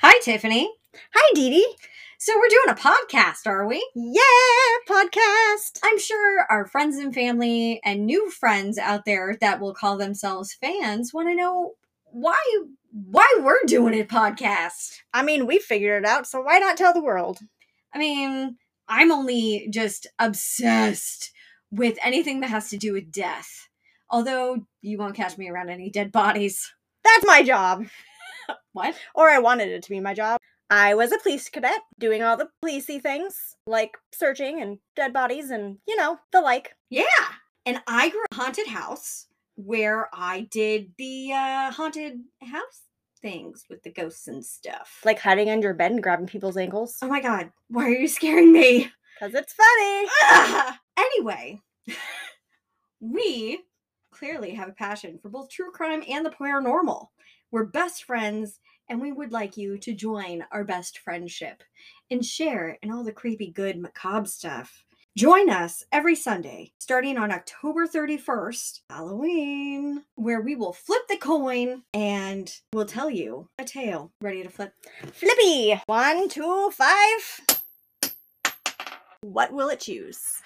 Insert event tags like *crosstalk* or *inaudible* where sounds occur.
Hi, Tiffany. Hi, Dee Dee. So, we're doing a podcast, are we? Yeah, podcast. I'm sure our friends and family and new friends out there that will call themselves fans want to know why why we're doing it podcast. I mean, we figured it out, so why not tell the world? I mean, I'm only just obsessed with anything that has to do with death. Although you won't catch me around any dead bodies. *laughs* That's my job. What? Or I wanted it to be my job. I was a police cadet, doing all the policey things, like searching and dead bodies and, you know, the like. Yeah. And I grew up in a haunted house where I did the uh, haunted house things with the ghosts and stuff. Like hiding under your bed and grabbing people's ankles. oh my god, why are you scaring me? Because it's funny. Ah! *laughs* Anyway, we clearly have a passion for both true crime and the paranormal. We're best friends, and we would like you to join our best friendship and share in all the creepy, good, macabre stuff. Join us every Sunday, starting on October 31st, Halloween, where we will flip the coin and we'll tell you a tale. Ready to flip? Flippy. One, two, five. What will it choose?